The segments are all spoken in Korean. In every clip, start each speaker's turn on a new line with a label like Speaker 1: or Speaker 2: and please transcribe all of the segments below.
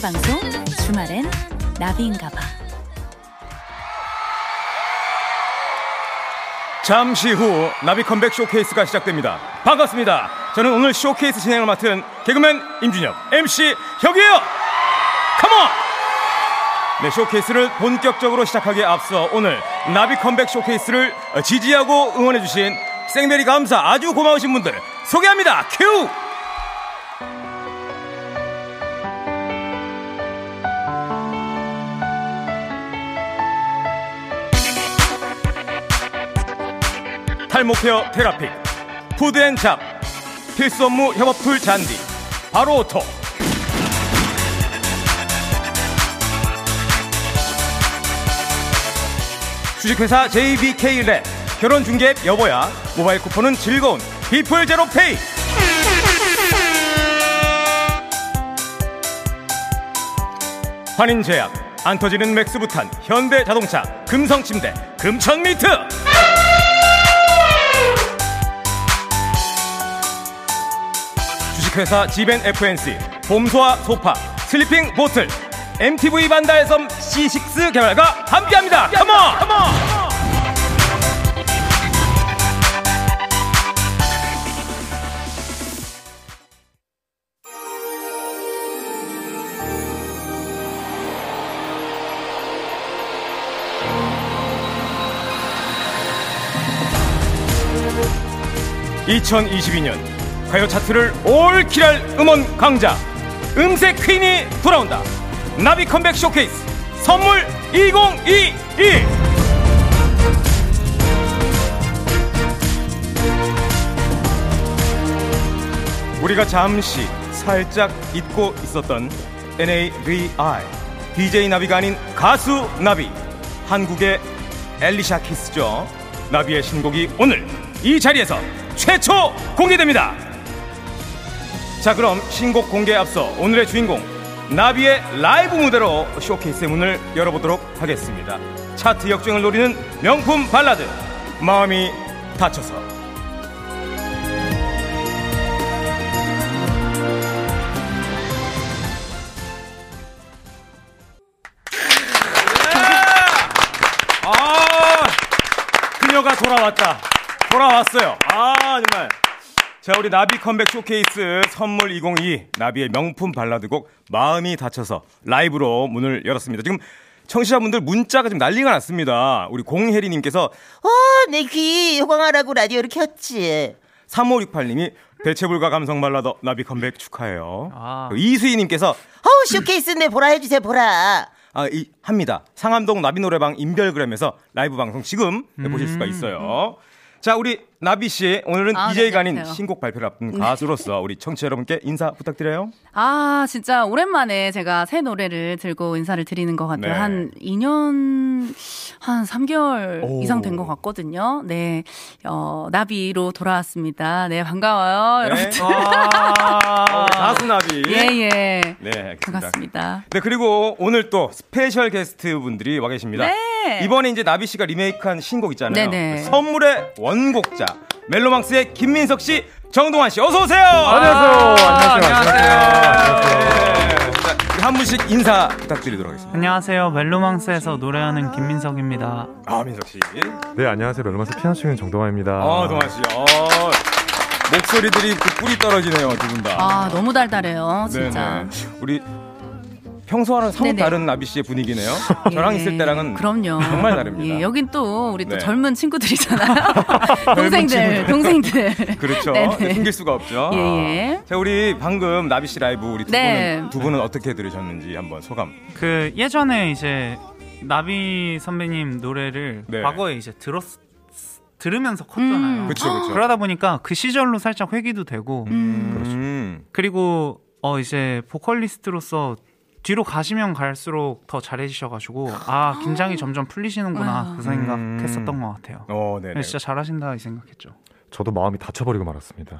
Speaker 1: 어,
Speaker 2: 주말엔 나비인가봐.
Speaker 3: 잠시 후 나비 컴백 쇼케이스가 시작됩니다. 반갑습니다. 저는 오늘 쇼케이스 진행을 맡은 개그맨 임준혁, MC 혁이에요. 컴온! 네, 쇼케이스를 본격적으로 시작하기에 앞서 오늘 나비 컴백 쇼케이스를 지지하고 응원해주신 생베리 감사 아주 고마우신 분들 소개합니다. 큐! 탈모 케어 테라픽 푸드앤잡 필수 업무 협업풀 잔디 바로 오토 주식회사 JBK랩 결혼중개앱 여보야 모바일 쿠폰은 즐거운 비플 제로페이 환인제약 안 터지는 맥스부탄 현대자동차 금성침대 금천미트 주식회사 지벤 FNC 봄소와 소파 슬리핑 보틀 MTV 반다에섬 C6 개발과 함께합니다. 컴온! 컴온! 2022년 가요 차트를 올킬할 음원 강자 음색 퀸이 돌아온다. 나비 컴백 쇼케이스 선물 2022. 우리가 잠시 살짝 잊고 있었던 NAVI DJ 나비가 아닌 가수 나비 한국의 엘리샤 키스죠 나비의 신곡이 오늘 이 자리에서 최초 공개됩니다 자 그럼 신곡 공개에 앞서 오늘의 주인공 나비의 라이브 무대로 쇼케이스의 문을 열어보도록 하겠습니다 차트 역주행을 노리는 명품 발라드 마음이 다쳐서 아, 그녀가 돌아왔다. 돌아왔어요. 아, 정말. 자, 우리 나비 컴백 쇼케이스 선물 2022 나비의 명품 발라드곡 마음이 다쳐서 라이브로 문을 열었습니다. 지금 청취자분들 문자가 지금 난리가 났습니다. 우리 공혜리님께서
Speaker 4: 어, 내귀 호강하라고 라디오를 켰지.
Speaker 3: 3568님이 대체불가 감성 발라더 나비 컴백 축하해요. 그
Speaker 5: 아.
Speaker 3: 이수희님께서
Speaker 4: 어우, 쇼케이스인데 보라 해주세요, 보라.
Speaker 3: 아, 이, 합니다. 상암동 나비 노래방 인별그램에서 라이브 방송 지금 네, 보실 수가 있어요. 자, 우리 나비 씨 오늘은
Speaker 2: 음. 아, 네,
Speaker 3: DJ가 아닌
Speaker 2: 안녕하세요.
Speaker 3: 신곡 발표를 앞둔 가수로서 우리 청취자 여러분께 인사 부탁드려요.
Speaker 2: 아, 진짜 오랜만에 제가 새 노래를 들고 인사를 드리는 것 같아요.
Speaker 3: 네.
Speaker 2: 한 2년, 한 3개월
Speaker 3: 오.
Speaker 2: 이상 된 것 같거든요. 네. 어, 나비로 돌아왔습니다. 네, 반가워요.
Speaker 3: 네.
Speaker 2: 여러분.
Speaker 3: 아, 가수 나비.
Speaker 2: 예, 예.
Speaker 3: 네, 알겠습니다.
Speaker 2: 반갑습니다.
Speaker 3: 네, 그리고 오늘 또 스페셜 게스트 분들이 와 계십니다.
Speaker 2: 네.
Speaker 3: 이번에 이제 나비 씨가 리메이크한 신곡 있잖아요. 그
Speaker 2: 네네.
Speaker 3: 선물의 원곡자. 멜로망스의 김민석 씨, 정동환 씨, 어서 오세요.
Speaker 2: 아,
Speaker 5: 안녕하세요. 안녕하세요.
Speaker 3: 네. 한 분씩 인사 부탁드리도록 하겠습니다.
Speaker 5: 안녕하세요. 멜로망스에서 노래하는 김민석입니다.
Speaker 3: 아 민석 씨.
Speaker 6: 네 안녕하세요 멜로망스 피아노 치는 정동환입니다.
Speaker 3: 아 동아 씨. 어, 목소리들이 그 뿔이 떨어지네요 두 분 다.
Speaker 2: 아, 너무 달달해요. 진짜.
Speaker 3: 네네. 우리 평소와는 사뭇
Speaker 2: 네네.
Speaker 3: 다른 나비 씨의 분위기네요. 저랑
Speaker 2: 예.
Speaker 3: 있을 때랑은
Speaker 2: 그럼요.
Speaker 3: 정말 다릅니다.
Speaker 2: 예, 여긴 또 우리 또
Speaker 3: 네.
Speaker 2: 젊은 친구들이잖아요.
Speaker 3: 친구들.
Speaker 2: 동생들, 동생들.
Speaker 3: 그렇죠.
Speaker 2: 네네.
Speaker 3: 네, 숨길 수가 없죠.
Speaker 2: 예, 예.
Speaker 3: 자 우리 방금 나비 씨 라이브 우리 두
Speaker 2: 네.
Speaker 3: 분은 두 분은 어떻게 들으셨는지 한번 소감.
Speaker 5: 그 예전에 이제 나비 선배님 노래를
Speaker 3: 네.
Speaker 5: 과거에 이제 들었 들으면서 컸잖아요.
Speaker 2: 음.
Speaker 3: 그쵸 그쵸.
Speaker 5: 그러다 보니까 그 시절로 살짝 회기도 되고
Speaker 3: 음.
Speaker 5: 그리고 어 이제 보컬리스트로서 뒤로 가시면 갈수록 더 잘해지셔가지고 아 긴장이 점점 풀리시는구나 그 생각했었던 것 같아요.
Speaker 3: 어, 네네.
Speaker 5: 진짜 잘하신다 이 생각했죠.
Speaker 6: 저도 마음이 다쳐버리고 말았습니다.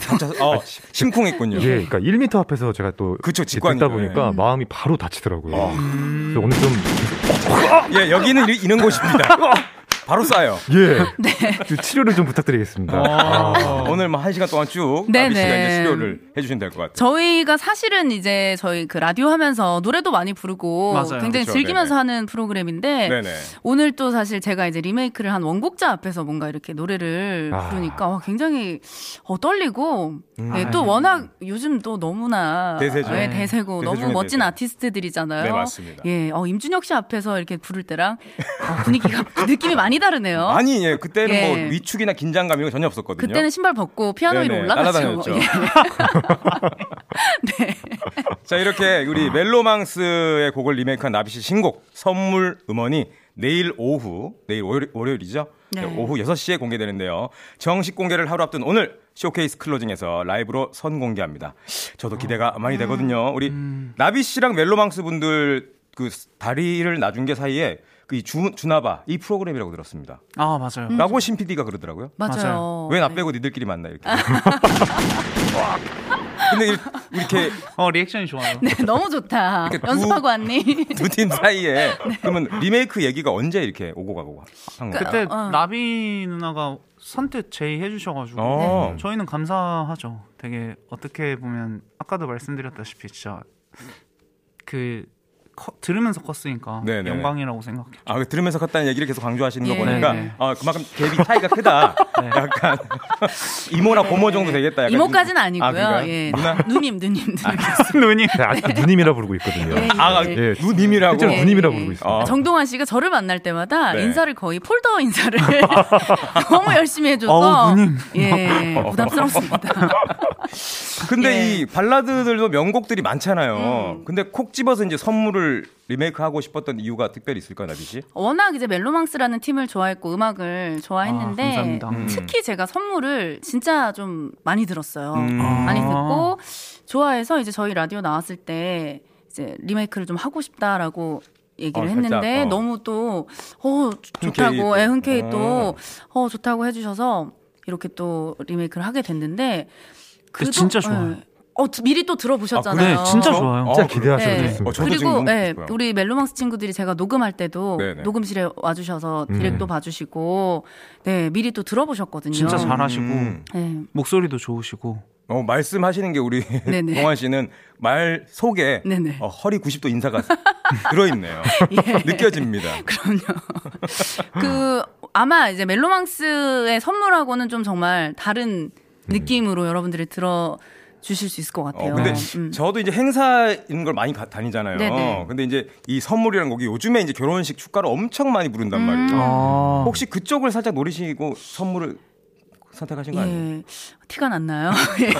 Speaker 3: 진짜 어, 심쿵했군요.
Speaker 6: 예, 그러니까 1m 앞에서 제가 또
Speaker 3: 그쵸,
Speaker 6: 듣다
Speaker 3: 직관이죠. 네. 아.
Speaker 6: 보니까 마음이 바로 다치더라고요. 그래서 오늘 좀
Speaker 3: 예, 여기는 이- 이런 곳입니다. 바로 싸요.
Speaker 6: 예. 그 치료를 좀 부탁드리겠습니다. 아.
Speaker 3: 오늘 뭐 한 시간 동안 쭉
Speaker 2: 네네.
Speaker 3: 나비 씨가 이제 치료를 해주시면 될 것 같아요.
Speaker 2: 저희가 사실은 이제 저희 그 라디오 하면서 노래도 많이 부르고
Speaker 5: 맞아요.
Speaker 2: 굉장히
Speaker 3: 그렇죠.
Speaker 2: 즐기면서
Speaker 3: 네네.
Speaker 2: 하는 프로그램인데
Speaker 3: 네네.
Speaker 2: 오늘 또 사실 제가 이제 리메이크를 한 원곡자 앞에서 뭔가 이렇게 노래를
Speaker 6: 아.
Speaker 2: 부르니까 와, 굉장히 어, 떨리고 예, 또
Speaker 5: 아, 네.
Speaker 2: 워낙 요즘 또 너무나
Speaker 3: 음. 대세죠. 네.
Speaker 2: 예, 대세고
Speaker 3: 대세 중에
Speaker 2: 너무 멋진
Speaker 3: 대세.
Speaker 2: 아티스트들이잖아요.
Speaker 3: 네, 맞습니다.
Speaker 2: 예, 어, 임준혁 씨 앞에서 이렇게 부를 때랑 어, 분위기가 느낌이 많이 다르네요.
Speaker 3: 아니 예 그때는
Speaker 2: 어? 예.
Speaker 3: 뭐 위축이나 긴장감 이런 거 전혀 없었거든요.
Speaker 2: 그때는 신발 벗고 피아노
Speaker 3: 네네,
Speaker 2: 위로 올라갔죠.
Speaker 3: 따라다녔죠.
Speaker 2: 예. 네.
Speaker 3: 자 이렇게 우리 멜로망스의 곡을 리메이크한 나비 씨 신곡 선물 음원이 내일 오후 내일 월요일, 월요일이죠.
Speaker 2: 네.
Speaker 3: 네, 오후 6시에 공개되는데요. 정식 공개를 하루 앞둔 오늘 쇼케이스 클로징에서 라이브로 선공개합니다.
Speaker 2: 아,
Speaker 3: 저도 기대가
Speaker 2: 음.
Speaker 3: 많이 되거든요. 우리 나비 씨랑 멜로망스 분들 그 다리를 놔준 게 사이에 그이 주나바 이 프로그램이라고 들었습니다.
Speaker 5: 아 맞아요.
Speaker 2: 음.
Speaker 3: 라고 신 PD가 그러더라고요.
Speaker 2: 맞아요.
Speaker 3: 왜 나
Speaker 2: 네.
Speaker 3: 빼고 니들끼리 만나 이렇게. 와. 근데 이- 이렇게
Speaker 5: 어 리액션이 좋아요.
Speaker 2: 네, 너무 좋다.
Speaker 3: 이렇게 두-
Speaker 2: 연습하고 왔니?
Speaker 3: 두 팀
Speaker 2: 네.
Speaker 3: 사이에 그러면 리메이크 얘기가 언제 이렇게 오고 가고 한 거예요?
Speaker 5: 그때
Speaker 2: 어.
Speaker 5: 나비 누나가 선뜻 제의해 주셔가지고
Speaker 3: 어.
Speaker 5: 저희는 감사하죠. 되게 어떻게 보면 아까도 말씀드렸다시피 진짜 그 커- 들으면서 컸으니까
Speaker 3: 네네.
Speaker 5: 영광이라고 생각해요.
Speaker 3: 아, 그 들으면서 컸다는 얘기를 계속 강조하시는 거
Speaker 2: 예.
Speaker 3: 보니까
Speaker 5: 네, 네.
Speaker 3: 아, 그만큼 갭이 차이가 크다. 약간 이모나 고모 정도 되겠다. 약간
Speaker 2: 네. 이모까지는
Speaker 3: 아,
Speaker 2: 아니고요.
Speaker 3: 그런가요?
Speaker 2: 예.
Speaker 3: 누나?
Speaker 2: 누님, 누님, 누님.
Speaker 5: 눈이
Speaker 6: 제가 네, 아직 누님이라 부르고 있거든요.
Speaker 2: 예,
Speaker 3: 아, 아,
Speaker 2: 예.
Speaker 6: 예.
Speaker 3: 누님이라고.
Speaker 6: 실제로 누님이라
Speaker 2: 네.
Speaker 6: 부르고 있습니다.
Speaker 3: 어.
Speaker 2: 정동환 씨가 저를 만날 때마다
Speaker 3: 네.
Speaker 2: 인사를 거의 폴더 인사를 너무 열심히 해줘서
Speaker 5: 어우, 누님.
Speaker 2: 예 부담스럽습니다.
Speaker 3: 근데
Speaker 2: 예. 음.
Speaker 3: 이 발라드들도 명곡들이 많잖아요. 근데 콕 집어서 이제 선물을 리메이크하고 싶었던 이유가 특별히 있을까요, 나비 씨?
Speaker 2: 워낙 이제 멜로망스라는 팀을 좋아했고 음악을
Speaker 5: 아,
Speaker 2: 좋아했는데
Speaker 5: 감사합니다.
Speaker 3: 음.
Speaker 2: 특히 제가 선물을 진짜 좀 많이 들었어요.
Speaker 3: 음.
Speaker 2: 많이
Speaker 5: 아.
Speaker 2: 듣고 좋아해서 이제 저희 라디오 나왔을 때 이제 리메이크를 좀 하고 싶다라고 얘기를
Speaker 3: 어, 살짝,
Speaker 2: 했는데
Speaker 3: 어.
Speaker 2: 너무 또 어,
Speaker 3: 흔쾌히
Speaker 2: 좋다고
Speaker 3: 또.
Speaker 2: 예, 흔쾌히 또 어, 좋다고 해주셔서 이렇게 또 리메이크를 하게 됐는데
Speaker 5: 근데 진짜 좋아요.
Speaker 2: 예. 어, 드- 미리 또 들어보셨잖아요.
Speaker 5: 네, 진짜 좋아요.
Speaker 6: 진짜
Speaker 3: 아,
Speaker 6: 기대하셔도
Speaker 2: 네.
Speaker 6: 좋습니다.
Speaker 3: 어, 저도 지금
Speaker 2: 그리고
Speaker 3: 너무
Speaker 2: 예,
Speaker 3: 기쁘고요.
Speaker 2: 우리 멜로망스 친구들이 제가 녹음할 때도
Speaker 3: 네네.
Speaker 2: 녹음실에 와주셔서 디렉도 봐주시고 네 미리 또 들어보셨거든요.
Speaker 5: 진짜 잘하시고
Speaker 3: 음.
Speaker 2: 네.
Speaker 5: 목소리도 좋으시고
Speaker 3: 어, 말씀하시는 게 우리
Speaker 2: 네네.
Speaker 3: 동환 씨는 말 속에
Speaker 2: 네네. 예.
Speaker 3: 어, 허리 90도 인사가 들어있네요. 느껴집니다.
Speaker 2: 그럼요. 그 아마 이제 멜로망스의 선물하고는 좀 정말
Speaker 3: 음.
Speaker 2: 다른 느낌으로 여러분들이 들어 주실 수 있을 것
Speaker 3: 어,
Speaker 2: 같아요.
Speaker 3: 근데
Speaker 2: 음.
Speaker 3: 저도 이제 행사 이런 걸 많이 가- 다니잖아요.
Speaker 2: 네네.
Speaker 3: 근데 이제 이 선물이라는 곡이 요즘에 이제 결혼식 축가를 엄청 많이 부른단
Speaker 2: 음.
Speaker 3: 말이에요.
Speaker 5: 아.
Speaker 3: 혹시 그쪽을 살짝 노리시고 선물을 선택하신 거 아니에요?
Speaker 2: 예. 티가 났나요? 예.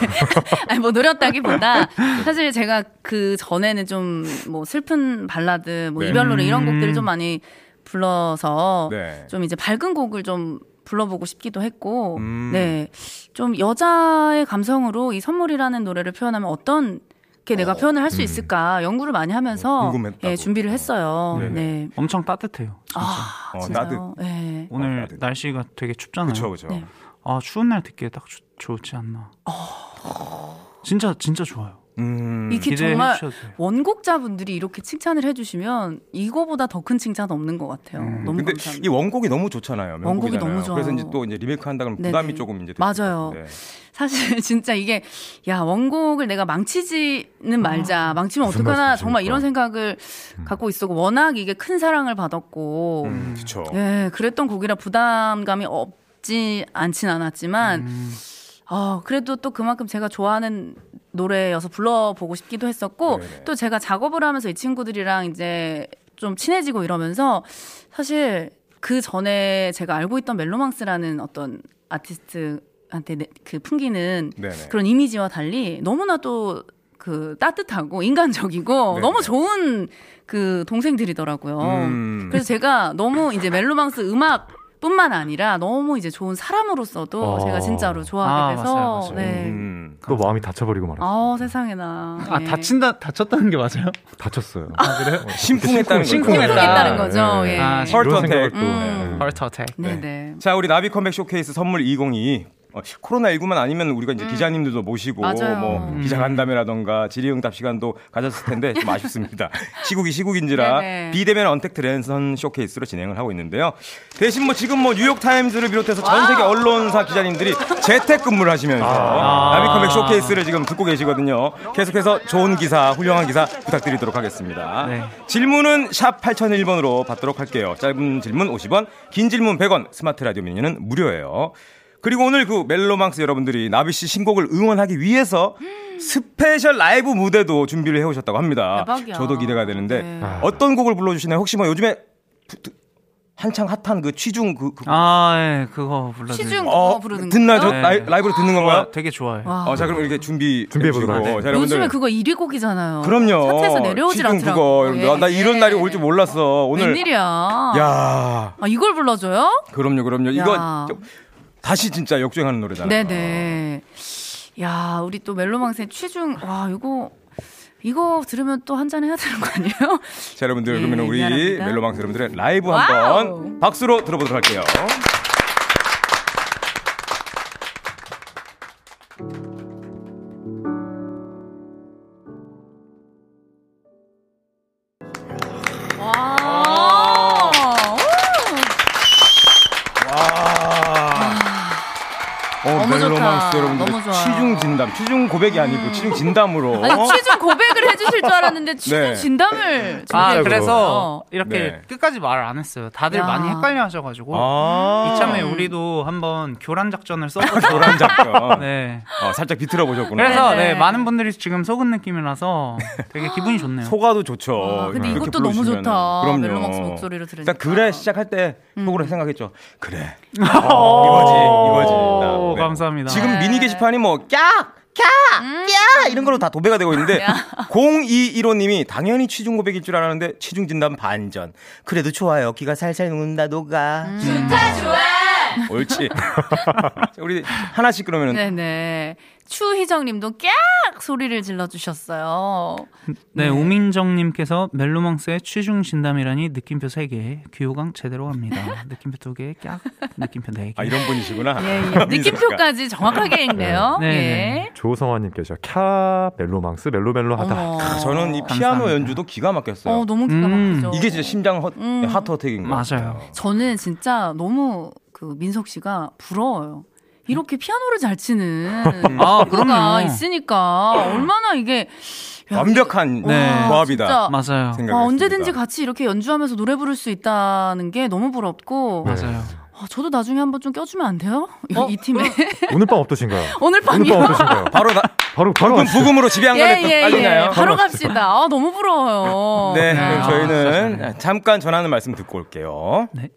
Speaker 2: 아니, 뭐, 노렸다기보다, 사실 제가 그 전에는 좀, 뭐, 슬픈 발라드, 뭐,
Speaker 3: 네.
Speaker 2: 이별 노래 이런
Speaker 5: 음.
Speaker 2: 곡들을 좀 많이 불러서,
Speaker 3: 네.
Speaker 2: 좀 이제 밝은 곡을 좀 불러보고 싶기도 했고,
Speaker 3: 음.
Speaker 2: 네. 좀 여자의 감성으로 이 선물이라는 노래를 표현하면 어떤, 게 내가 표현을 할 수 있을까 연구를 많이
Speaker 3: 음.
Speaker 2: 하면서
Speaker 3: 어, 궁금했다고.
Speaker 2: 예, 준비를 했어요.
Speaker 3: 네네.
Speaker 2: 네.
Speaker 5: 엄청 따뜻해요.
Speaker 2: 아,
Speaker 3: 어,
Speaker 2: 진짜요? 예.
Speaker 5: 오늘
Speaker 3: 따뜻해.
Speaker 5: 날씨가 되게 춥잖아요.
Speaker 3: 그렇죠, 그렇죠.
Speaker 2: 네.
Speaker 5: 아 추운 날 듣기에 딱 좋- 좋지 않나. 진짜 진짜 좋아요.
Speaker 3: 음.
Speaker 2: 이게
Speaker 5: 기대해
Speaker 2: 아. 정말
Speaker 5: 주셔도 돼요.
Speaker 2: 원곡자분들이 이렇게 칭찬을 해주시면 이거보다 더 큰 칭찬 없는 것 같아요.
Speaker 6: 음,
Speaker 2: 너무
Speaker 3: 근데
Speaker 2: 감사합니다.
Speaker 3: 이 원곡이 너무 좋잖아요.
Speaker 2: 원곡이
Speaker 3: 명곡이잖아요.
Speaker 2: 너무 좋아요.
Speaker 3: 그래서 이제 또 이제 리메이크 한다 그러면 부담이
Speaker 2: 네네.
Speaker 3: 조금 이제 될
Speaker 2: 맞아요.
Speaker 3: 것 같은데.
Speaker 2: 사실 진짜 이게 야 원곡을 내가 망치지는 말자. 망치면
Speaker 6: 아, 무슨
Speaker 2: 어떡하나
Speaker 6: 말씀이십니까? 음.
Speaker 2: 정말 이런 생각을 갖고 있었고 워낙 이게 큰 사랑을 받았고
Speaker 3: 음, 그렇죠.
Speaker 2: 예 그랬던 곡이라 부담감이 없지 않진 않았지만 어, 그래도 또 그만큼 제가 좋아하는 노래여서 불러보고 싶기도 했었고
Speaker 3: 네네.
Speaker 2: 또 제가 작업을 하면서 이 친구들이랑 이제 좀 친해지고 이러면서 사실 그 전에 제가 알고 있던 멜로망스라는 어떤 아티스트한테 내- 그 풍기는
Speaker 3: 네네.
Speaker 2: 그런 이미지와 달리 너무나 또 그 따뜻하고 인간적이고
Speaker 3: 네네.
Speaker 2: 너무 좋은 그 동생들이더라고요.
Speaker 3: 음.
Speaker 2: 그래서 제가 너무 이제 멜로망스 음악 뿐만 아니라 너무 이제 좋은 사람으로서도
Speaker 6: 어.
Speaker 2: 제가 진짜로 좋아하게
Speaker 5: 아,
Speaker 2: 돼서
Speaker 5: 맞아요, 맞아요.
Speaker 2: 네.
Speaker 3: 음.
Speaker 6: 또 마음이 다쳐버리고 말았어요.
Speaker 2: 아우 세상에나.
Speaker 5: 아
Speaker 2: 예.
Speaker 5: 다친다 다쳤다는 게 맞아요?
Speaker 6: 다쳤어요.
Speaker 3: 심쿵했다는 거죠.
Speaker 2: 심쿵했다는 거죠.
Speaker 3: 네.
Speaker 2: 예.
Speaker 5: 아,
Speaker 3: 헐.
Speaker 6: 이런 생각을
Speaker 3: 헐떡해.
Speaker 6: 또,
Speaker 2: 음.
Speaker 6: 예.
Speaker 5: 하트 어택.
Speaker 2: 네네.
Speaker 3: 자, 우리 나비 컴백 쇼케이스 선물 2022 어, 코로나19만 아니면 우리가 이제 기자님들도 모시고
Speaker 2: 음. 맞아요. 음.
Speaker 3: 뭐 기자 간담회라던가 질의응답 시간도 가졌을 텐데 좀 아쉽습니다. 시국이 시국인지라
Speaker 2: 네네.
Speaker 3: 비대면 언택트 랜선 쇼케이스로 진행을 하고 있는데요. 대신 뭐 지금 뭐 뉴욕 타임즈를 비롯해서 전 세계 언론사 기자님들이 재택 근무를 하시면서 나비컴백 쇼케이스를 지금 듣고 계시거든요. 계속해서 좋은 기사, 훌륭한 기사 부탁드리도록 하겠습니다.
Speaker 5: 네.
Speaker 3: 질문은 샵 8001번으로 받도록 할게요. 짧은 질문 50원, 긴 질문 100원, 스마트 라디오 미니는 무료예요. 그리고 오늘 그 멜로망스 여러분들이 나비 씨 신곡을 응원하기 위해서 스페셜 라이브 무대도 준비를 해오셨다고 합니다.
Speaker 2: 대박이야.
Speaker 3: 저도 기대가 되는데
Speaker 2: 네.
Speaker 3: 어떤 곡을 불러주시나요? 혹시 뭐 요즘에 부- 부- 한창 핫한 그 취중 그, 그
Speaker 5: 아, 예, 그거 불러드릴게요.
Speaker 2: 시중
Speaker 3: 어,
Speaker 2: 그거 부르는
Speaker 3: 듣나요? 저
Speaker 2: 거죠?
Speaker 5: 네.
Speaker 3: 라이, 브로 듣는 건가요?
Speaker 5: 좋아, 되게 좋아요.
Speaker 2: 와.
Speaker 3: 어, 자 그럼 이렇게 준비
Speaker 6: 준비해보도록
Speaker 3: 해주시고.
Speaker 6: 하죠.
Speaker 3: 자, 여러분들
Speaker 2: 요즘에 그거 1위 곡이잖아요.
Speaker 3: 그럼요.
Speaker 2: 차트에서 내려오질
Speaker 3: 지금
Speaker 2: 않더라고. 예.
Speaker 3: 그거 아, 나, 나 이런 날이 올 줄 몰랐어. 오늘
Speaker 2: 웬일이야?
Speaker 3: 야,
Speaker 2: 아, 이걸 불러줘요?
Speaker 3: 그럼요, 그럼요. 이거
Speaker 2: 야.
Speaker 3: 좀 다시 진짜 역주행하는 노래잖아요.
Speaker 2: 네네. 야, 우리 또 멜로망스의 취중, 와, 이거, 이거 들으면 또 한 잔 해야 되는 거 아니에요?
Speaker 3: 자, 여러분들
Speaker 2: 예,
Speaker 3: 그러면 우리
Speaker 2: 미안합니다.
Speaker 3: 멜로망스 여러분들의 라이브
Speaker 2: 와우.
Speaker 3: 한번 박수로 들어보도록 할게요.
Speaker 2: 와.
Speaker 3: 어,
Speaker 2: 너무 좋다.
Speaker 3: 멜로망스 여러분들
Speaker 2: 너무 좋아요.
Speaker 3: 취중 진담, 취중 고백이 아니고 취중 진담으로.
Speaker 2: 우 아니, 취중 고백을 해주실 줄 알았는데, 취중
Speaker 3: 어? 네.
Speaker 2: 진담을.
Speaker 5: 아,
Speaker 6: 진짜
Speaker 5: 그래서
Speaker 2: 그거.
Speaker 5: 이렇게
Speaker 3: 네.
Speaker 5: 끝까지 말을 안 했어요. 다들
Speaker 2: 야.
Speaker 5: 많이 헷갈려 하셔가지고.
Speaker 3: 아,
Speaker 5: 이참에 우리도 한번 교란 작전을 써보자.
Speaker 2: 아.
Speaker 3: 노란 작전.
Speaker 5: 네.
Speaker 3: 어, 살짝 비틀어 보셨구나.
Speaker 5: 그래서
Speaker 2: 네, 네.
Speaker 5: 네, 많은 분들이 지금 속은 느낌이라서 되게 기분이 좋네요.
Speaker 3: 소가도 좋죠.
Speaker 2: 아, 근데
Speaker 3: 이렇게
Speaker 2: 이것도 너무
Speaker 3: 부르시면은.
Speaker 2: 좋다.
Speaker 3: 그럼요.
Speaker 2: 멜로망스 목소리로 들으니까.
Speaker 3: 일단
Speaker 2: 음.
Speaker 3: 그래 시작할 때 속으로 생각했죠. 그래. 어, 이거지, 이거지. 나, 네.
Speaker 5: 감사합니다.
Speaker 3: 지금
Speaker 2: 네. 음.
Speaker 3: 미니 게시판이 뭐 깍! 깍! 깍! 이런 걸로 다 도배가 되고 있는데 0215님이 당연히 취중 고백일 줄 알았는데 취중 진단 반전. 그래도 좋아요. 귀가 살살 녹는다 녹아.
Speaker 2: 음.
Speaker 3: 음. 좋다 좋아. 옳지. 자, 우리 하나씩 그러면은
Speaker 2: 네네. 추희정 님도 깍! 소리를 질러주셨어요.
Speaker 5: 네, 우민정님께서 멜로망스의 취중 진담이라니 느낌표 3개, 귀호강 제대로 합니다. 느낌표 2개, 깍, 느낌표 4개.
Speaker 3: 아 이런 분이시구나.
Speaker 2: 예, 예.
Speaker 3: 민서씨가.
Speaker 2: 느낌표까지 정확하게 읽네요.
Speaker 5: 네.
Speaker 2: 예.
Speaker 6: 조성환님께서 캬 멜로망스 멜로멜로하다.
Speaker 2: 어머.
Speaker 3: 아, 저는 이 피아노
Speaker 5: 감사합니다.
Speaker 3: 연주도 기가 막혔어요.
Speaker 2: 어, 너무 기가
Speaker 5: 음.
Speaker 2: 막히죠.
Speaker 3: 이게 진짜 심장 허,
Speaker 2: 음.
Speaker 3: 하트 어택인 거
Speaker 5: 맞아요.
Speaker 2: 저는 진짜 너무 그 민석 씨가 부러워요. 이렇게 피아노를 잘 치는
Speaker 5: 아,
Speaker 2: 친구가
Speaker 5: 그럼요.
Speaker 2: 있으니까 얼마나 이게 야,
Speaker 3: 완벽한
Speaker 5: 네.
Speaker 2: 와,
Speaker 3: 조합이다.
Speaker 2: 진짜.
Speaker 5: 맞아요.
Speaker 3: 생각을
Speaker 2: 와, 언제든지
Speaker 3: 했습니다.
Speaker 2: 같이 이렇게 연주하면서 노래 부를 수 있다는 게 너무 부럽고
Speaker 3: 네.
Speaker 5: 맞아요.
Speaker 2: 아, 저도 나중에 한번 좀 껴주면 안 돼요? 이,
Speaker 3: 어?
Speaker 2: 이 팀에
Speaker 6: 오늘 밤 어떠신가요?
Speaker 2: 오늘
Speaker 6: 오늘 밤
Speaker 2: 밤이요.
Speaker 6: 어떠신가요?
Speaker 3: 바로 나,
Speaker 6: 바로 바로
Speaker 3: 그럼
Speaker 6: 왔어요.
Speaker 3: 부금으로 집에 안 가네.
Speaker 2: 예예예
Speaker 3: 빨리나요?
Speaker 2: 바로 갑시다. 아, 너무 부러워요.
Speaker 3: 네,
Speaker 5: 네.
Speaker 3: 그럼
Speaker 5: 아,
Speaker 3: 저희는
Speaker 5: 좋습니다.
Speaker 3: 잠깐 전하는 말씀 듣고 올게요.
Speaker 5: 네.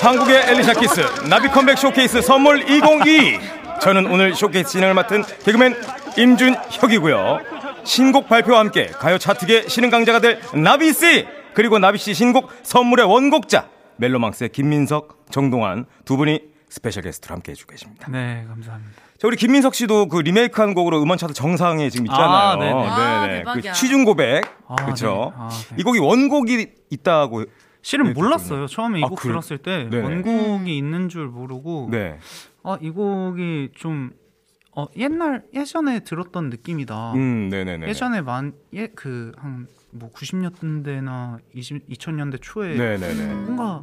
Speaker 3: 한국의 엘리샤 키스 나비 컴백 쇼케이스 선물 2022. 저는 오늘 쇼케이스 진행을 맡은 개그맨 임준혁이고요. 신곡 발표와 함께 가요 차트계 신흥 강자가 될 나비 씨 그리고 나비 씨 신곡 선물의 원곡자 멜로망스의 김민석, 정동환 두 분이 스페셜 게스트로 함께 해주고 계십니다.
Speaker 5: 네, 감사합니다.
Speaker 3: 자, 우리 김민석 씨도 그 리메이크한 곡으로 음원 차트 정상에 지금 있잖아요.
Speaker 5: 아, 네네.
Speaker 2: 아,
Speaker 3: 그
Speaker 2: 대박이야.
Speaker 3: 취중 고백.
Speaker 5: 아,
Speaker 3: 그렇죠.
Speaker 5: 네. 아, 네.
Speaker 3: 이 곡이 원곡이 있다고.
Speaker 5: 실은
Speaker 3: 네,
Speaker 5: 몰랐어요. 처음에 이
Speaker 3: 아,
Speaker 5: 곡
Speaker 3: 그래?
Speaker 5: 들었을 때
Speaker 3: 네네.
Speaker 5: 원곡이 있는 줄 모르고
Speaker 3: 네.
Speaker 5: 아, 이 곡이 좀 어, 옛날 예전에 들었던 느낌이다.
Speaker 3: 음, 네, 네, 네.
Speaker 5: 예전에 만예그한뭐 90년대나 20 2000년대 초에
Speaker 3: 네, 네, 네.
Speaker 5: 뭔가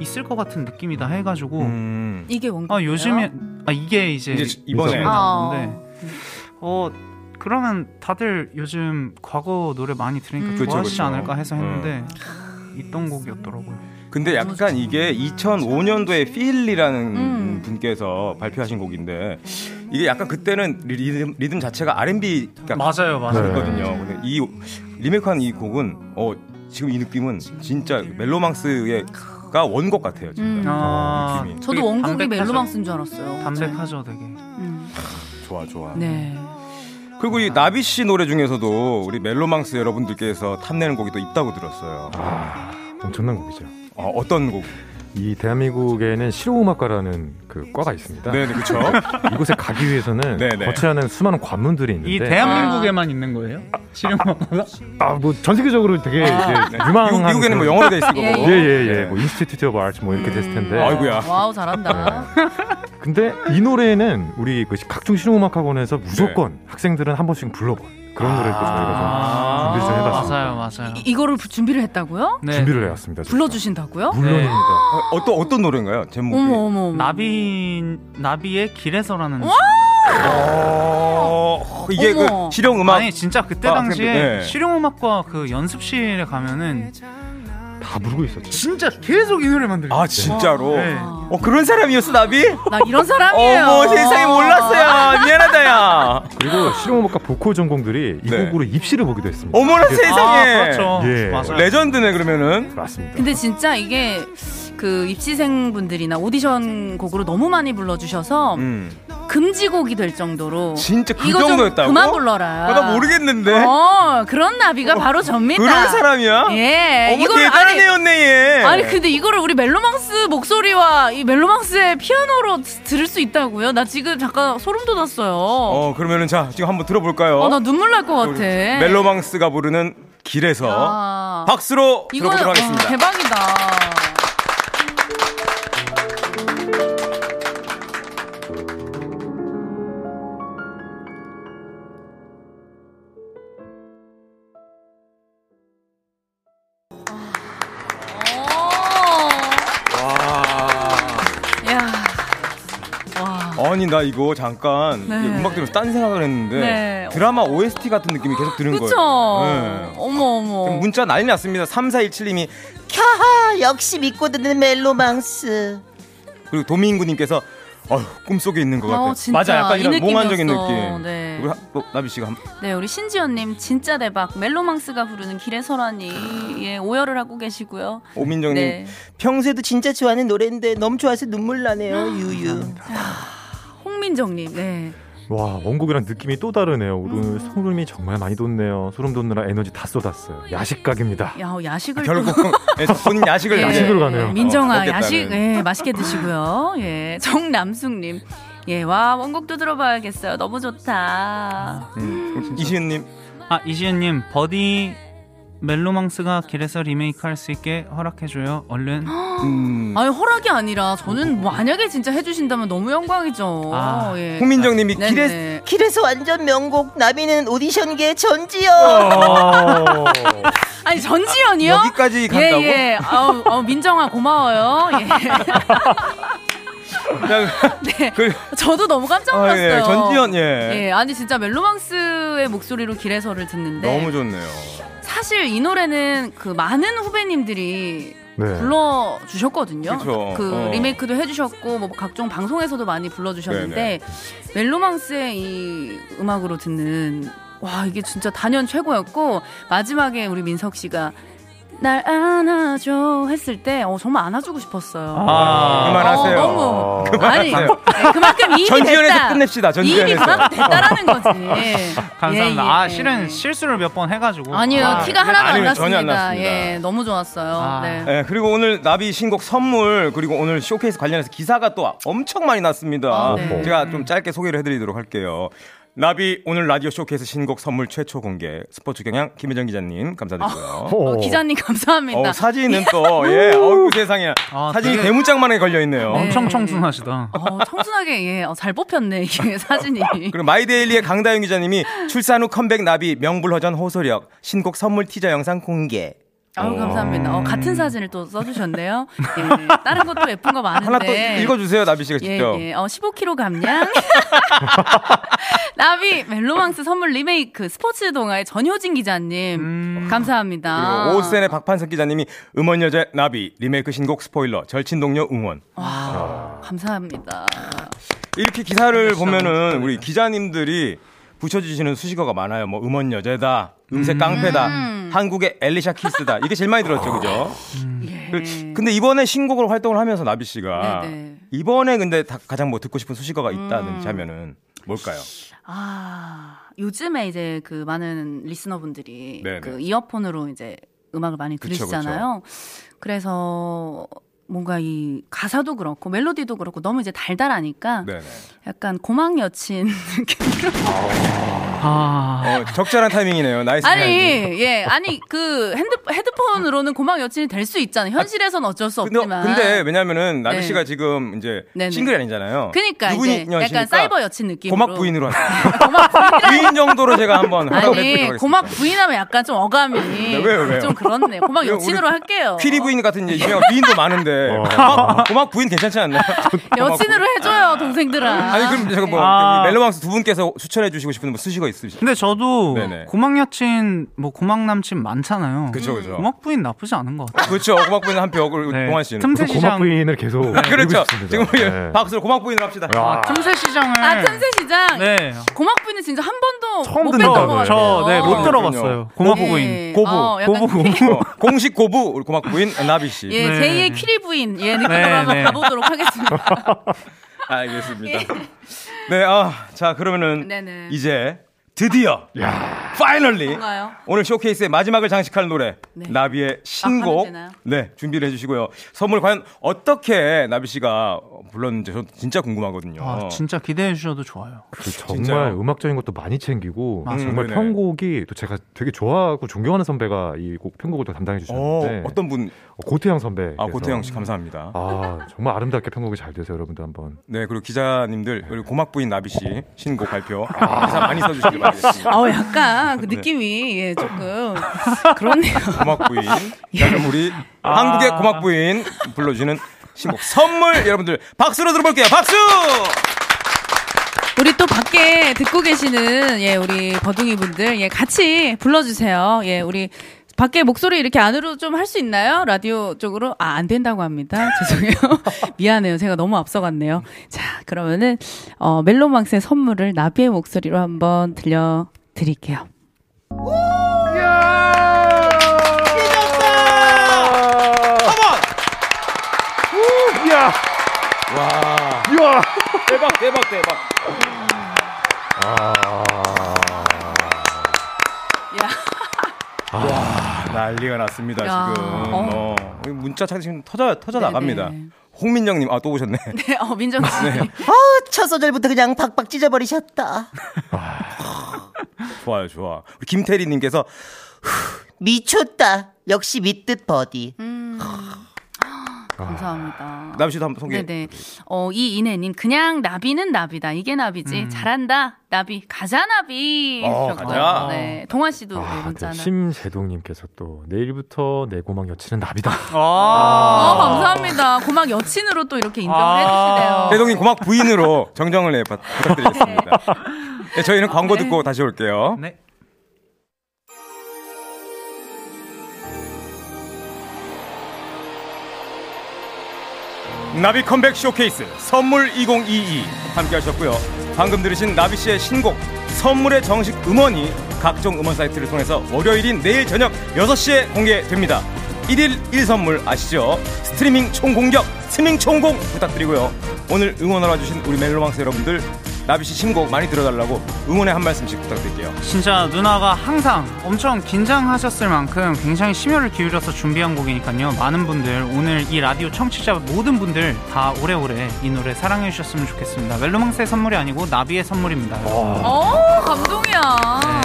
Speaker 5: 있을 것 같은 느낌이다 해가지고
Speaker 3: 음.
Speaker 2: 이게 원곡.
Speaker 5: 아 요즘에 아 이게 이제
Speaker 3: 이제 이번에
Speaker 5: 아.
Speaker 6: 요즘에
Speaker 5: 나왔는데 어 그러면 다들 요즘 과거 노래 많이 들으니까
Speaker 2: 음.
Speaker 5: 좋아하시지
Speaker 3: 그쵸, 그쵸.
Speaker 5: 않을까 해서 했는데 있던 곡이었더라고요.
Speaker 3: 근데 약간 이게 2005년도에 필리라는
Speaker 2: 음.
Speaker 3: 분께서 발표하신 곡인데 이게 약간 그때는 리- 리듬, 리듬 자체가 R&B가
Speaker 5: 맞아요,
Speaker 6: 맞아요. 네.
Speaker 3: 거든요 근데 이 리메이크한 이 곡은 어 지금 이 느낌은 진짜 멜로망스의가 원곡 같아요. 진짜.
Speaker 2: 음.
Speaker 5: 아,
Speaker 3: 느낌이.
Speaker 2: 저도
Speaker 5: 되게
Speaker 2: 원곡이
Speaker 5: 담백하죠.
Speaker 2: 멜로망스인 줄 알았어요.
Speaker 5: 담백하죠, 되게.
Speaker 2: 음.
Speaker 3: 좋아 좋아.
Speaker 2: 네.
Speaker 3: 그리고 이 나비 씨 노래 중에서도 우리 멜로망스 여러분들께서 탐내는 곡이 또 있다고 들었어요.
Speaker 6: 엄청난 곡이죠.
Speaker 3: 어, 어떤 곡?
Speaker 6: 이 대한민국에는 실용음악과라는 그 과가 있습니다.
Speaker 3: 네, 그쵸
Speaker 6: 이곳에 가기 위해서는
Speaker 3: 네, 네.
Speaker 6: 거쳐야 하는 수많은 관문들이 있는데
Speaker 5: 이 대한민국에만 있는 거예요? 실용음악가?
Speaker 6: 아 뭐 전 세계적으로 되게 이제
Speaker 3: 아, 미국,
Speaker 6: 유망한
Speaker 3: 미국에는 뭐 영어로 돼 있을 거고.
Speaker 2: 예, 예.
Speaker 6: 예예예
Speaker 3: 예.
Speaker 6: 뭐 인스티튜트 오브 아츠 뭐 이렇게 됐을 텐데
Speaker 3: 아이고야.
Speaker 2: 와우 잘한다.
Speaker 6: 근데 이 노래는 우리 그 각종 실용음악학원에서
Speaker 3: 네.
Speaker 6: 무조건 학생들은 한 번씩 불러본 그런 노래도 저희가 좀 아, 준비 좀 해봤습니다.
Speaker 5: 맞아요, 맞아요.
Speaker 3: 네.
Speaker 2: 이, 이거를 부- 준비를 했다고요?
Speaker 5: 네.
Speaker 6: 준비를 해왔습니다. 저희가.
Speaker 2: 불러주신다고요?
Speaker 6: 물론입니다.
Speaker 3: 어, 어떤 어떤 노래인가요? 제목이.
Speaker 2: 어머 어머 어머.
Speaker 5: 나비 나비의 길에서라는
Speaker 3: 어, 이게
Speaker 2: 어머.
Speaker 3: 그 실용 음악
Speaker 5: 아니 진짜 그때
Speaker 3: 아,
Speaker 5: 당시에
Speaker 3: 네.
Speaker 5: 실용음악과 그 연습실에 가면은
Speaker 3: 네.
Speaker 6: 다 부르고 있었죠.
Speaker 5: 진짜 계속 이 노래 만들고
Speaker 3: 아 진짜로.
Speaker 5: 네.
Speaker 3: 어 그런 사람이었어 나비?
Speaker 2: 나 이런 사람이에요. 아.
Speaker 3: 어머 세상에 몰랐어요. 미안하다야.
Speaker 6: 그리고 실용음악과 보컬 전공들이 이
Speaker 3: 네.
Speaker 6: 곡으로 입시를 보기도 했습니다.
Speaker 3: 어머나
Speaker 6: 이게
Speaker 3: 세상에.
Speaker 5: 아, 그렇죠.
Speaker 6: 예.
Speaker 5: 맞아요.
Speaker 3: 레전드네 그러면은.
Speaker 6: 맞습니다.
Speaker 2: 근데 진짜 이게 그 입시생분들이나 오디션 곡으로 너무 많이 불러주셔서
Speaker 3: 음.
Speaker 2: 금지곡이 될 정도로
Speaker 3: 진짜 그
Speaker 2: 이거
Speaker 3: 정도였다고?
Speaker 2: 좀 그만 불러라.
Speaker 3: 아, 나 모르겠는데.
Speaker 2: 어 그런 나비가 바로 접니다.
Speaker 3: 그런 사람이야?
Speaker 2: 예.
Speaker 3: 어머
Speaker 2: 이거를
Speaker 3: 대단한
Speaker 2: 아니-
Speaker 3: 애였네 얘.
Speaker 2: 아니 근데 이거를 우리 멜로망스 목소리와 이 멜로망스의 피아노로 드- 들을 수 있다고요? 나 지금 잠깐 소름 돋았어요. 어,
Speaker 3: 어 그러면은 자 지금 한번 들어볼까요?
Speaker 2: 나 눈물 날 것 같아.
Speaker 3: 멜로망스가 어? 부르는 길에서
Speaker 2: 아.
Speaker 3: 박수로
Speaker 2: 이거는
Speaker 3: 들어보도록 하겠습니다.
Speaker 2: 와, 대박이다. 오. 야. 와.
Speaker 3: 아니 나 이거 잠깐
Speaker 2: 네.
Speaker 3: 이게 음악 들으면서 딴 생각을 했는데
Speaker 2: 네.
Speaker 3: 드라마 OST 같은 느낌이 계속 드는
Speaker 2: 그쵸?
Speaker 3: 거예요. 네.
Speaker 2: 어머, 어머.
Speaker 3: 문자 난리 났습니다. 3417님이
Speaker 4: 캬하 역시 믿고 듣는 멜로망스
Speaker 3: 그리고 도민구님께서 어휴, 꿈속에 있는 것 같아.
Speaker 2: 어, 진짜.
Speaker 3: 맞아, 약간
Speaker 2: 이
Speaker 3: 이런 몽환적인
Speaker 2: 느낌이었어.
Speaker 3: 느낌.
Speaker 2: 네.
Speaker 3: 그리고 하- 또 나비 씨가 한-
Speaker 2: 네, 우리 신지연님 진짜 대박. 멜로망스가 부르는 길에서라니 예, 오열을 하고 계시고요.
Speaker 3: 오민정님
Speaker 2: 네,
Speaker 4: 평소에도 진짜 좋아하는 노래인데 너무 좋아서 눈물 나네요 유유
Speaker 2: 홍민정님, 네,
Speaker 6: 와 원곡이랑 느낌이 또 다르네요.
Speaker 5: 음.
Speaker 6: 오늘 소름이 정말 많이 돋네요. 소름 돋느라 에너지 다
Speaker 5: 음.
Speaker 6: 쏟았어요. 야식각입니다.
Speaker 2: 야 야식을
Speaker 3: 결국
Speaker 2: 또-
Speaker 3: 예, 본인 야식을
Speaker 2: 예,
Speaker 6: 야식으로 가네요.
Speaker 2: 민정아
Speaker 3: 어, 먹겠다는.
Speaker 2: 야식, 예, 맛있게 드시고요. 예, 정남숙님, 예, 와 원곡도 들어봐야겠어요. 너무 좋다. 네.
Speaker 3: 음, 이시은님
Speaker 5: 아 이지은님 버디 멜로망스가 길에서 리메이크할 수 있게 허락해줘요. 얼른.
Speaker 2: 아.
Speaker 3: 음.
Speaker 2: 아니 허락이 아니라 저는 만약에 진짜 해주신다면 너무 영광이죠.
Speaker 5: 아,
Speaker 2: 예.
Speaker 3: 홍민정님이
Speaker 2: 네,
Speaker 3: 길에
Speaker 2: 네.
Speaker 4: 길에서 완전 명곡 나비는 오디션계 전지요
Speaker 3: 아.
Speaker 2: 아니 전지현이요?
Speaker 3: 여기까지 간다고?
Speaker 2: 네. 예, 예. 아우, 아우, 민정아 고마워요. 예.
Speaker 3: 그냥-
Speaker 2: 네.
Speaker 3: 그-
Speaker 2: 저도 너무 깜짝
Speaker 3: 아,
Speaker 2: 놀랐어요.
Speaker 3: 예, 전지현 예.
Speaker 2: 예, 아니 진짜 멜로망스의 목소리로 길에서를 듣는데
Speaker 3: 너무 좋네요.
Speaker 2: 사실 이 노래는 그 많은 후배님들이
Speaker 6: 네.
Speaker 2: 불러 주셨거든요.
Speaker 3: 그쵸.
Speaker 2: 그
Speaker 3: 어.
Speaker 2: 리메이크도 해주셨고 뭐 각종 방송에서도 많이
Speaker 3: 네,
Speaker 2: 불러주셨는데 멜로망스의 이 음악으로 듣는 와 이게 진짜 단연 최고였고 마지막에 우리 민석 씨가 날 안아줘 했을 때 어, 정말 안아주고 싶었어요.
Speaker 5: 아,
Speaker 3: 그만하세요.
Speaker 2: 어, 너무. 아니
Speaker 3: 그만하세요.
Speaker 2: 네, 그만큼 이미
Speaker 3: 전지현에서
Speaker 2: 됐다.
Speaker 3: 끝냅시다.
Speaker 2: 이미
Speaker 3: 전지현에서. 아,
Speaker 2: 그만큼 됐다라는 거지.
Speaker 5: 감사합니다.
Speaker 2: 예, 예,
Speaker 5: 아
Speaker 2: 예.
Speaker 5: 실은 실수를 몇 번 해가지고.
Speaker 2: 아니요
Speaker 5: 아,
Speaker 2: 티가 하나도 안
Speaker 3: 아니요,
Speaker 2: 났습니다.
Speaker 3: 전혀 안 났습니다.
Speaker 2: 예, 너무 좋았어요.
Speaker 5: 아.
Speaker 2: 네.
Speaker 3: 예, 그리고 오늘 나비 신곡 선물 그리고 오늘 쇼케이스 관련해서 기사가 또 엄청 많이 났습니다.
Speaker 2: 아, 네.
Speaker 3: 제가 좀 짧게 소개를 해드리도록 할게요. 나비 오늘 라디오 쇼케이스 신곡 선물 최초 공개 스포츠 경향 김혜정 기자님 감사드리고요.
Speaker 2: 어,
Speaker 6: 오.
Speaker 2: 기자님 감사합니다.
Speaker 3: 어, 사진은 또 예, 어우 세상에
Speaker 5: 아,
Speaker 3: 사진이
Speaker 5: 되게-
Speaker 3: 대문짝만에 걸려 있네요.
Speaker 5: 엄청 청순하시다.
Speaker 2: 어, 청순하게 예, 어, 잘 뽑혔네 이게 사진이.
Speaker 3: 그리고 마이데일리의 강다영 기자님이 출산 후 컴백 나비 명불허전 호소력 신곡 선물 티저 영상 공개
Speaker 2: 아우 감사합니다. 어, 같은 사진을 또 써주셨네요. 예, 다른 것도 예쁜 거 많은데.
Speaker 3: 하나 또 읽어주세요 나비 씨가
Speaker 2: 네. 예,
Speaker 3: 직접.
Speaker 2: 예. 어, 15kg 감량. 나비 멜로망스 선물 리메이크 스포츠 동아의 전효진 기자님 감사합니다.
Speaker 3: 음. 그리고 오센의 박판석 기자님이 음원 여제 나비 리메이크 신곡 스포일러 절친 동료 응원
Speaker 2: 와, 감사합니다.
Speaker 3: 이렇게 기사를 보면은 우리 기자님들이 붙여주시는 수식어가 많아요. 뭐 음원 여제다, 음색 깡패다, 한국의 엘리샤 키스다. 이게 제일 많이 들었죠, 그죠?
Speaker 2: 예.
Speaker 3: 그- 근데 이번에 신곡으로 활동을 하면서 나비 씨가
Speaker 2: 네, 음. 네.
Speaker 3: 이번에 근데 다- 가장 뭐 듣고 싶은 수식어가 있다든지 하면은 뭘까요?
Speaker 2: 아, 요즘에 이제 그 많은 리스너분들이
Speaker 3: 네네.
Speaker 2: 그 이어폰으로 이제 음악을 많이
Speaker 3: 그쵸,
Speaker 2: 들으시잖아요. 그래서 뭔가 이 가사도 그렇고 멜로디도 그렇고 너무 이제 달달하니까
Speaker 3: 네네.
Speaker 2: 약간 고막 여친 느낌으로
Speaker 5: 아,
Speaker 3: 어, 적절한 타이밍이네요. 나이스 타이밍.
Speaker 2: 아니 예 아니 그 핸드 헤드폰으로는 고막 여친이 될 수 있잖아요 현실에선 어쩔 수
Speaker 3: 근데,
Speaker 2: 없지만
Speaker 3: 근데 왜냐면은 나비
Speaker 2: 네.
Speaker 3: 씨가 지금 이제
Speaker 2: 네네.
Speaker 3: 싱글이 아니잖아요.
Speaker 2: 그니까
Speaker 3: 유부녀
Speaker 2: 이제 약간
Speaker 3: 시니까
Speaker 2: 사이버 여친 느낌으로
Speaker 3: 고막 부인으로 하세요.
Speaker 2: 고막
Speaker 3: 부인 정도로 제가 한번 허락을
Speaker 2: 아니
Speaker 3: 해드리도록
Speaker 2: 고막
Speaker 3: 하겠습니다. 네,
Speaker 2: 부인하면 약간 좀 어감이
Speaker 3: 왜요, 왜요?
Speaker 2: 좀 그렇네 고막
Speaker 3: 이거 우리
Speaker 2: 여친으로 할게요
Speaker 3: 퀴리 부인 같은 이제 유명한 미인도 많은데
Speaker 6: 어.
Speaker 3: 고막, 고막 부인 괜찮지 않나요?
Speaker 2: 여친으로 해줘요 동생들아
Speaker 3: 아니 그럼 제가 뭐
Speaker 5: 아.
Speaker 3: 우리 멜로망스 두 분께서 추천해 주시고 싶은 뭐 수식어 있으시죠?
Speaker 5: 근데 저도
Speaker 3: 네네.
Speaker 5: 고막 여친, 뭐 고막 남친 많잖아요.
Speaker 3: 그쵸, 그쵸.
Speaker 5: 고막 부인 나쁘지 않은 것 같아요.
Speaker 3: 그렇죠. 고막 부인 한 표. 우리
Speaker 5: 네.
Speaker 3: 동환 씨는.
Speaker 5: 틈새
Speaker 6: 그 고막
Speaker 5: 시장.
Speaker 6: 부인을 계속
Speaker 3: 그렇죠.
Speaker 6: 드리고 싶습니다.
Speaker 3: 지금 우리
Speaker 6: 네.
Speaker 3: 박수로 고막 부인으로 합시다.
Speaker 6: 와.
Speaker 5: 아, 틈새 시장을.
Speaker 2: 아 틈새 시장
Speaker 5: 네.
Speaker 2: 고막 부인은 진짜 한 번도
Speaker 6: 처음
Speaker 2: 못
Speaker 6: 듣는
Speaker 2: 뵀던 것
Speaker 6: 단어예요.
Speaker 2: 같아요
Speaker 5: 저, 네, 못
Speaker 3: 어.
Speaker 5: 들어봤어요. 고막
Speaker 2: 예.
Speaker 5: 부인.
Speaker 3: 고부,
Speaker 2: 어, 약간
Speaker 5: 고부, 고부.
Speaker 3: 어, 공식 고부 우리 고막 부인 나비 씨.
Speaker 2: 예,
Speaker 5: 네.
Speaker 2: 제2의 키리 부인 예 느낌으로
Speaker 5: 네,
Speaker 2: 한번
Speaker 5: 네.
Speaker 2: 가보도록 하겠습니다.
Speaker 3: 알겠습니다. 네, 아, 자 그러면은
Speaker 2: 예. 네네.
Speaker 3: 이제 드디어 파이널리
Speaker 2: 뭔가요?
Speaker 3: 오늘 쇼케이스의 마지막을 장식할 노래
Speaker 2: 네.
Speaker 3: 나비의
Speaker 2: 하면
Speaker 3: 신곡
Speaker 2: 되나요?
Speaker 3: 네 준비를 해주시고요. 선물 과연 어떻게 나비 씨가 불렀는지 저 진짜 궁금하거든요.
Speaker 5: 아, 진짜 기대해 주셔도 좋아요.
Speaker 6: 그 정말
Speaker 3: 진짜요?
Speaker 6: 음악적인 것도 많이 챙기고
Speaker 5: 맞아요.
Speaker 6: 정말
Speaker 3: 네네.
Speaker 6: 편곡이 또 제가 되게 좋아하고 존경하는 선배가 이 곡 편곡을 또 담당해
Speaker 3: 어,
Speaker 6: 주셨는데
Speaker 3: 어떤 분?
Speaker 6: 고태영 선배
Speaker 3: 아 고태영 씨 감사합니다.
Speaker 6: 아 정말 아름답게 편곡이 잘 돼서 여러분도 한번
Speaker 3: 네 그리고 기자님들 그리고 고막 부인 나비 씨 신곡 발표
Speaker 5: 아.
Speaker 3: 기사 많이 써주시길 바라겠습니다.
Speaker 2: 어 약간 그 느낌이 예 조금 그렇네요.
Speaker 3: 고막 부인 약간 우리 한국의 고막 부인 불러주는 신곡 선물 여러분들 박수로 들어볼게요. 박수.
Speaker 2: 우리 또 밖에 듣고 계시는 예 우리 버둥이 분들 예 같이 불러주세요. 예 우리 밖에 목소리 이렇게 안으로 좀 할 수 있나요? 라디오 쪽으로 아 안 된다고 합니다. 죄송해요. 미안해요. 제가 너무 앞서갔네요. 자 그러면은 어, 멜로망스의 선물을 나비의 목소리로 한번 들려 드릴게요.
Speaker 6: 야!
Speaker 3: 와
Speaker 6: 야!
Speaker 3: 대박 대박 대박. 아.
Speaker 6: 아.
Speaker 2: 야.
Speaker 3: 난리가 났습니다
Speaker 2: 야.
Speaker 3: 지금. 어.
Speaker 2: 어.
Speaker 3: 이 문자 창 지금 터져 터져
Speaker 2: 네네.
Speaker 3: 나갑니다. 홍민정님 아 또 오셨네.
Speaker 2: 네, 어, 민정 씨.
Speaker 4: 어우, 첫 소절부터 그냥 박박 찢어버리셨다.
Speaker 3: 좋아요 좋아. 우리 김태리님께서
Speaker 4: 미쳤다. 역시 밑뜻 버디.
Speaker 2: 감사합니다.
Speaker 3: 남씨도 한번 소개.
Speaker 2: 네네. 어, 이 이내님, 그냥 나비는 나비다. 이게 나비지. 잘한다. 나비. 가자, 나비.
Speaker 3: 음. 어,
Speaker 2: 하셨고요.
Speaker 3: 가자.
Speaker 2: 네. 동아 씨도 네,
Speaker 6: 아,
Speaker 2: 문자 하나.
Speaker 6: 심재동님께서 또 내일부터 내 고막 여친은 나비다.
Speaker 3: 아.
Speaker 2: 어, 감사합니다. 고막 여친으로 또 이렇게 인정을
Speaker 5: 아.
Speaker 2: 해주시네요.
Speaker 3: 대동이 고막 부인으로 정정을 해 부- 부탁드리겠습니다. 네, 저희는 광고
Speaker 2: 네.
Speaker 3: 듣고 다시 올게요.
Speaker 5: 네.
Speaker 3: 나비 컴백 쇼케이스 선물 2022 함께 하셨고요. 방금 들으신 나비 씨의 신곡 선물의 정식 음원이 각종 음원 사이트를 통해서 월요일인 내일 저녁 6시에 공개됩니다. 1일 1선물 아시죠? 스트리밍 총공격, 스밍 총공 부탁드리고요. 오늘 응원하러 와주신 우리 멜로망스 여러분들 나비 씨 신곡 많이 들어달라고 응원의 한 말씀씩 부탁드릴게요.
Speaker 5: 진짜 누나가 항상 엄청 긴장하셨을 만큼 굉장히 심혈을 기울여서 준비한 곡이니까요. 많은 분들 오늘 이 라디오 청취자 모든 분들 다 오래오래 이 노래 사랑해 주셨으면 좋겠습니다. 멜로망스의 선물이 아니고 나비의 선물입니다.
Speaker 2: 어, 감동이야.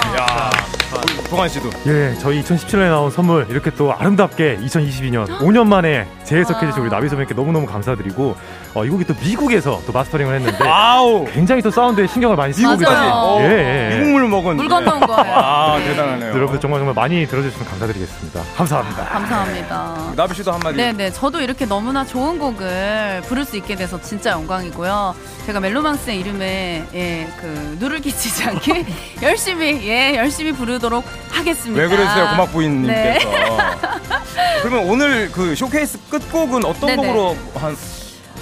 Speaker 3: 동환 씨도
Speaker 6: 예, 저희 2017년에 나온 선물 이렇게 또 아름답게 2022년 5년 만에 재해석해
Speaker 3: 아.
Speaker 6: 주신 우리 나비 선배님께 너무너무 감사드리고 어, 이 곡이 또 미국에서 또 마스터링을 했는데
Speaker 3: 예. 아우
Speaker 6: 굉장히 또 사운드에 신경을 많이 쓰고
Speaker 2: 맞아요.
Speaker 6: 계세요. 예, 예.
Speaker 3: 미국물 먹은
Speaker 2: 물 건너온 거예요.
Speaker 3: 네. 아 대단하네요.
Speaker 6: 여러분 정말 정말 많이 들어주시면 감사드리겠습니다. 감사합니다.
Speaker 2: 감사합니다.
Speaker 3: 나비 씨도 한마디.
Speaker 2: 네네. 저도 이렇게 너무나 좋은 곡을 부를 수 있게 돼서 진짜 영광이고요. 제가 멜로망스의 이름에, 예, 그, 누를 끼치지 않게 열심히, 예, 열심히 부르도록 하겠습니다.
Speaker 3: 왜 그러세요, 고막
Speaker 2: 네.
Speaker 3: 부인님께서. 그러면 오늘 그 쇼케이스 끝곡은 어떤
Speaker 2: 네네.
Speaker 3: 곡으로 한,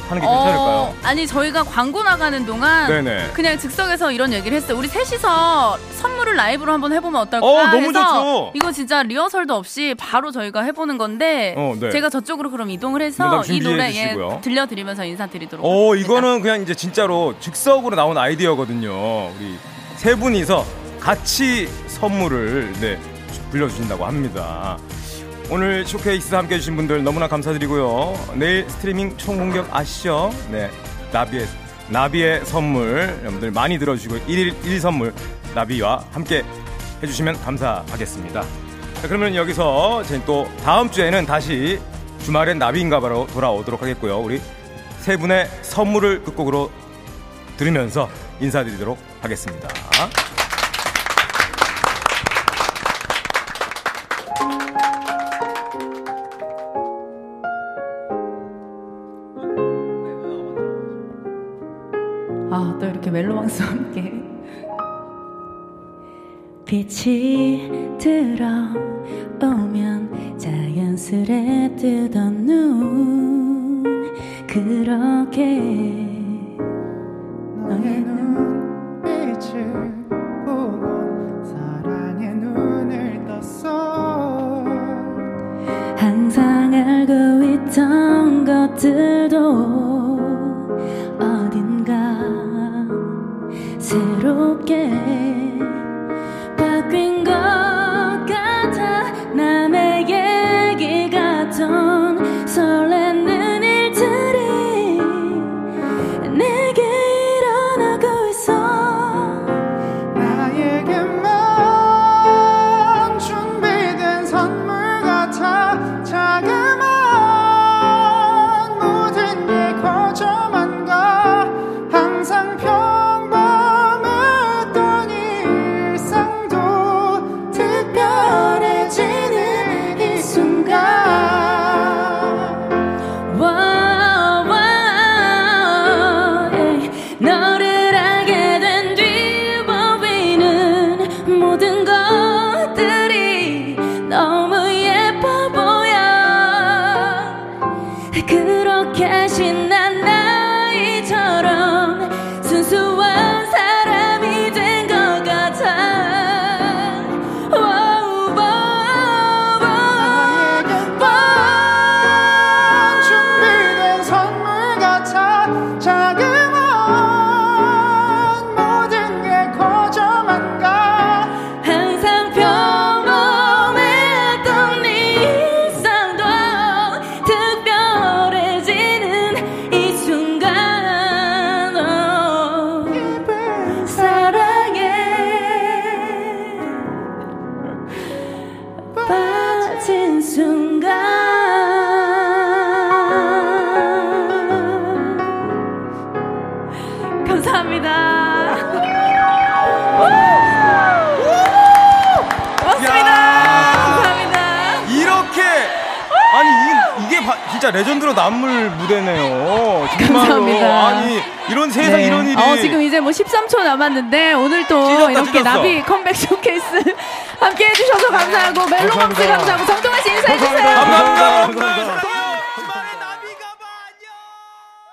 Speaker 3: 하는 게
Speaker 2: 어,
Speaker 3: 괜찮을까요?
Speaker 2: 아니, 저희가 광고 나가는 동안.
Speaker 3: 네네.
Speaker 2: 그냥 즉석에서 이런 얘기를 했어요. 우리 셋이서 선물을 라이브로 한번 해보면 어떨까?
Speaker 3: 어, 너무
Speaker 2: 해서
Speaker 3: 좋죠.
Speaker 2: 이거 진짜 리허설도 없이 바로 저희가 해보는 건데
Speaker 3: 어, 네.
Speaker 2: 제가 저쪽으로 그럼 이동을
Speaker 3: 네,
Speaker 2: 해서
Speaker 3: 나도
Speaker 2: 이
Speaker 3: 준비해
Speaker 2: 노래
Speaker 3: 주시고요.
Speaker 2: 예, 들려드리면서 인사드리도록.
Speaker 3: 어,
Speaker 2: 하겠습니다.
Speaker 3: 이거는 그냥 이제 진짜로 즉석으로 나온 아이디어거든요. 우리 세 분이서 같이 선물을 네, 불려주신다고 합니다. 오늘 쇼케이스 함께 해주신 분들 너무나 감사드리고요. 내일 스트리밍 총공격 아시죠? 네. 나비의, 나비의 선물. 여러분들 많이 들어주시고, 일일일 선물. 나비와 함께 해주시면 감사하겠습니다. 자, 그러면 여기서 저희 또 다음 주에는 다시 주말엔 나비인가봐로 돌아오도록 하겠고요. 우리 세 분의 선물을 끝곡으로 들으면서 인사드리도록 하겠습니다.
Speaker 2: 아 또 이렇게 멜로망스와 함께
Speaker 1: 빛이 들어오면 자연스레 뜨던 눈 그렇게 너의
Speaker 7: 빛을 보고 사랑의 눈을 떴어
Speaker 1: 항상 알고 있던 것들도 어딘가 새롭게 바뀐 것 같아 남의 얘기 같던 설레는 일들이 내게 일어나고 있어
Speaker 7: 나에게만 준비된 선물 같아 자그마한 모든 게 거저만 가 항상 평범했던 일상도 특별해지는 이 순간
Speaker 1: 와우, 와우, 예.
Speaker 2: 네.
Speaker 1: 너를 알게 된 뒤범이는 모든 것들이 너무 예뻐 보여 그렇게 신난 나이처럼 순수한 사람이 된 것 같아 와우, 와우, 와우.
Speaker 7: 나에게만 준비된 선물 같아 자그마한 모든 게 거저만 가
Speaker 1: 항상 평범했던 네 일상도 특별해지는 이 순간 어, 사랑에 빠진 순간 감사합니다. 감사합니다.
Speaker 3: 이렇게 아니 이, 게 진짜 레전드로 남을 무대네요. 정말로.
Speaker 2: 감사합니다.
Speaker 3: 아니 이런 세상
Speaker 2: 네.
Speaker 3: 이런 일이
Speaker 2: 어, 지금 이제 뭐 13초 남았는데 오늘 또
Speaker 3: 찢었다,
Speaker 2: 이렇게
Speaker 3: 찢었어.
Speaker 2: 나비 컴백 쇼케이스 함께 해주셔서 감사하고 멜로망스
Speaker 6: 감사합니다.
Speaker 2: 감사하고 정동아 씨 인사해주세요.
Speaker 3: 감사합니다. 감사합니다.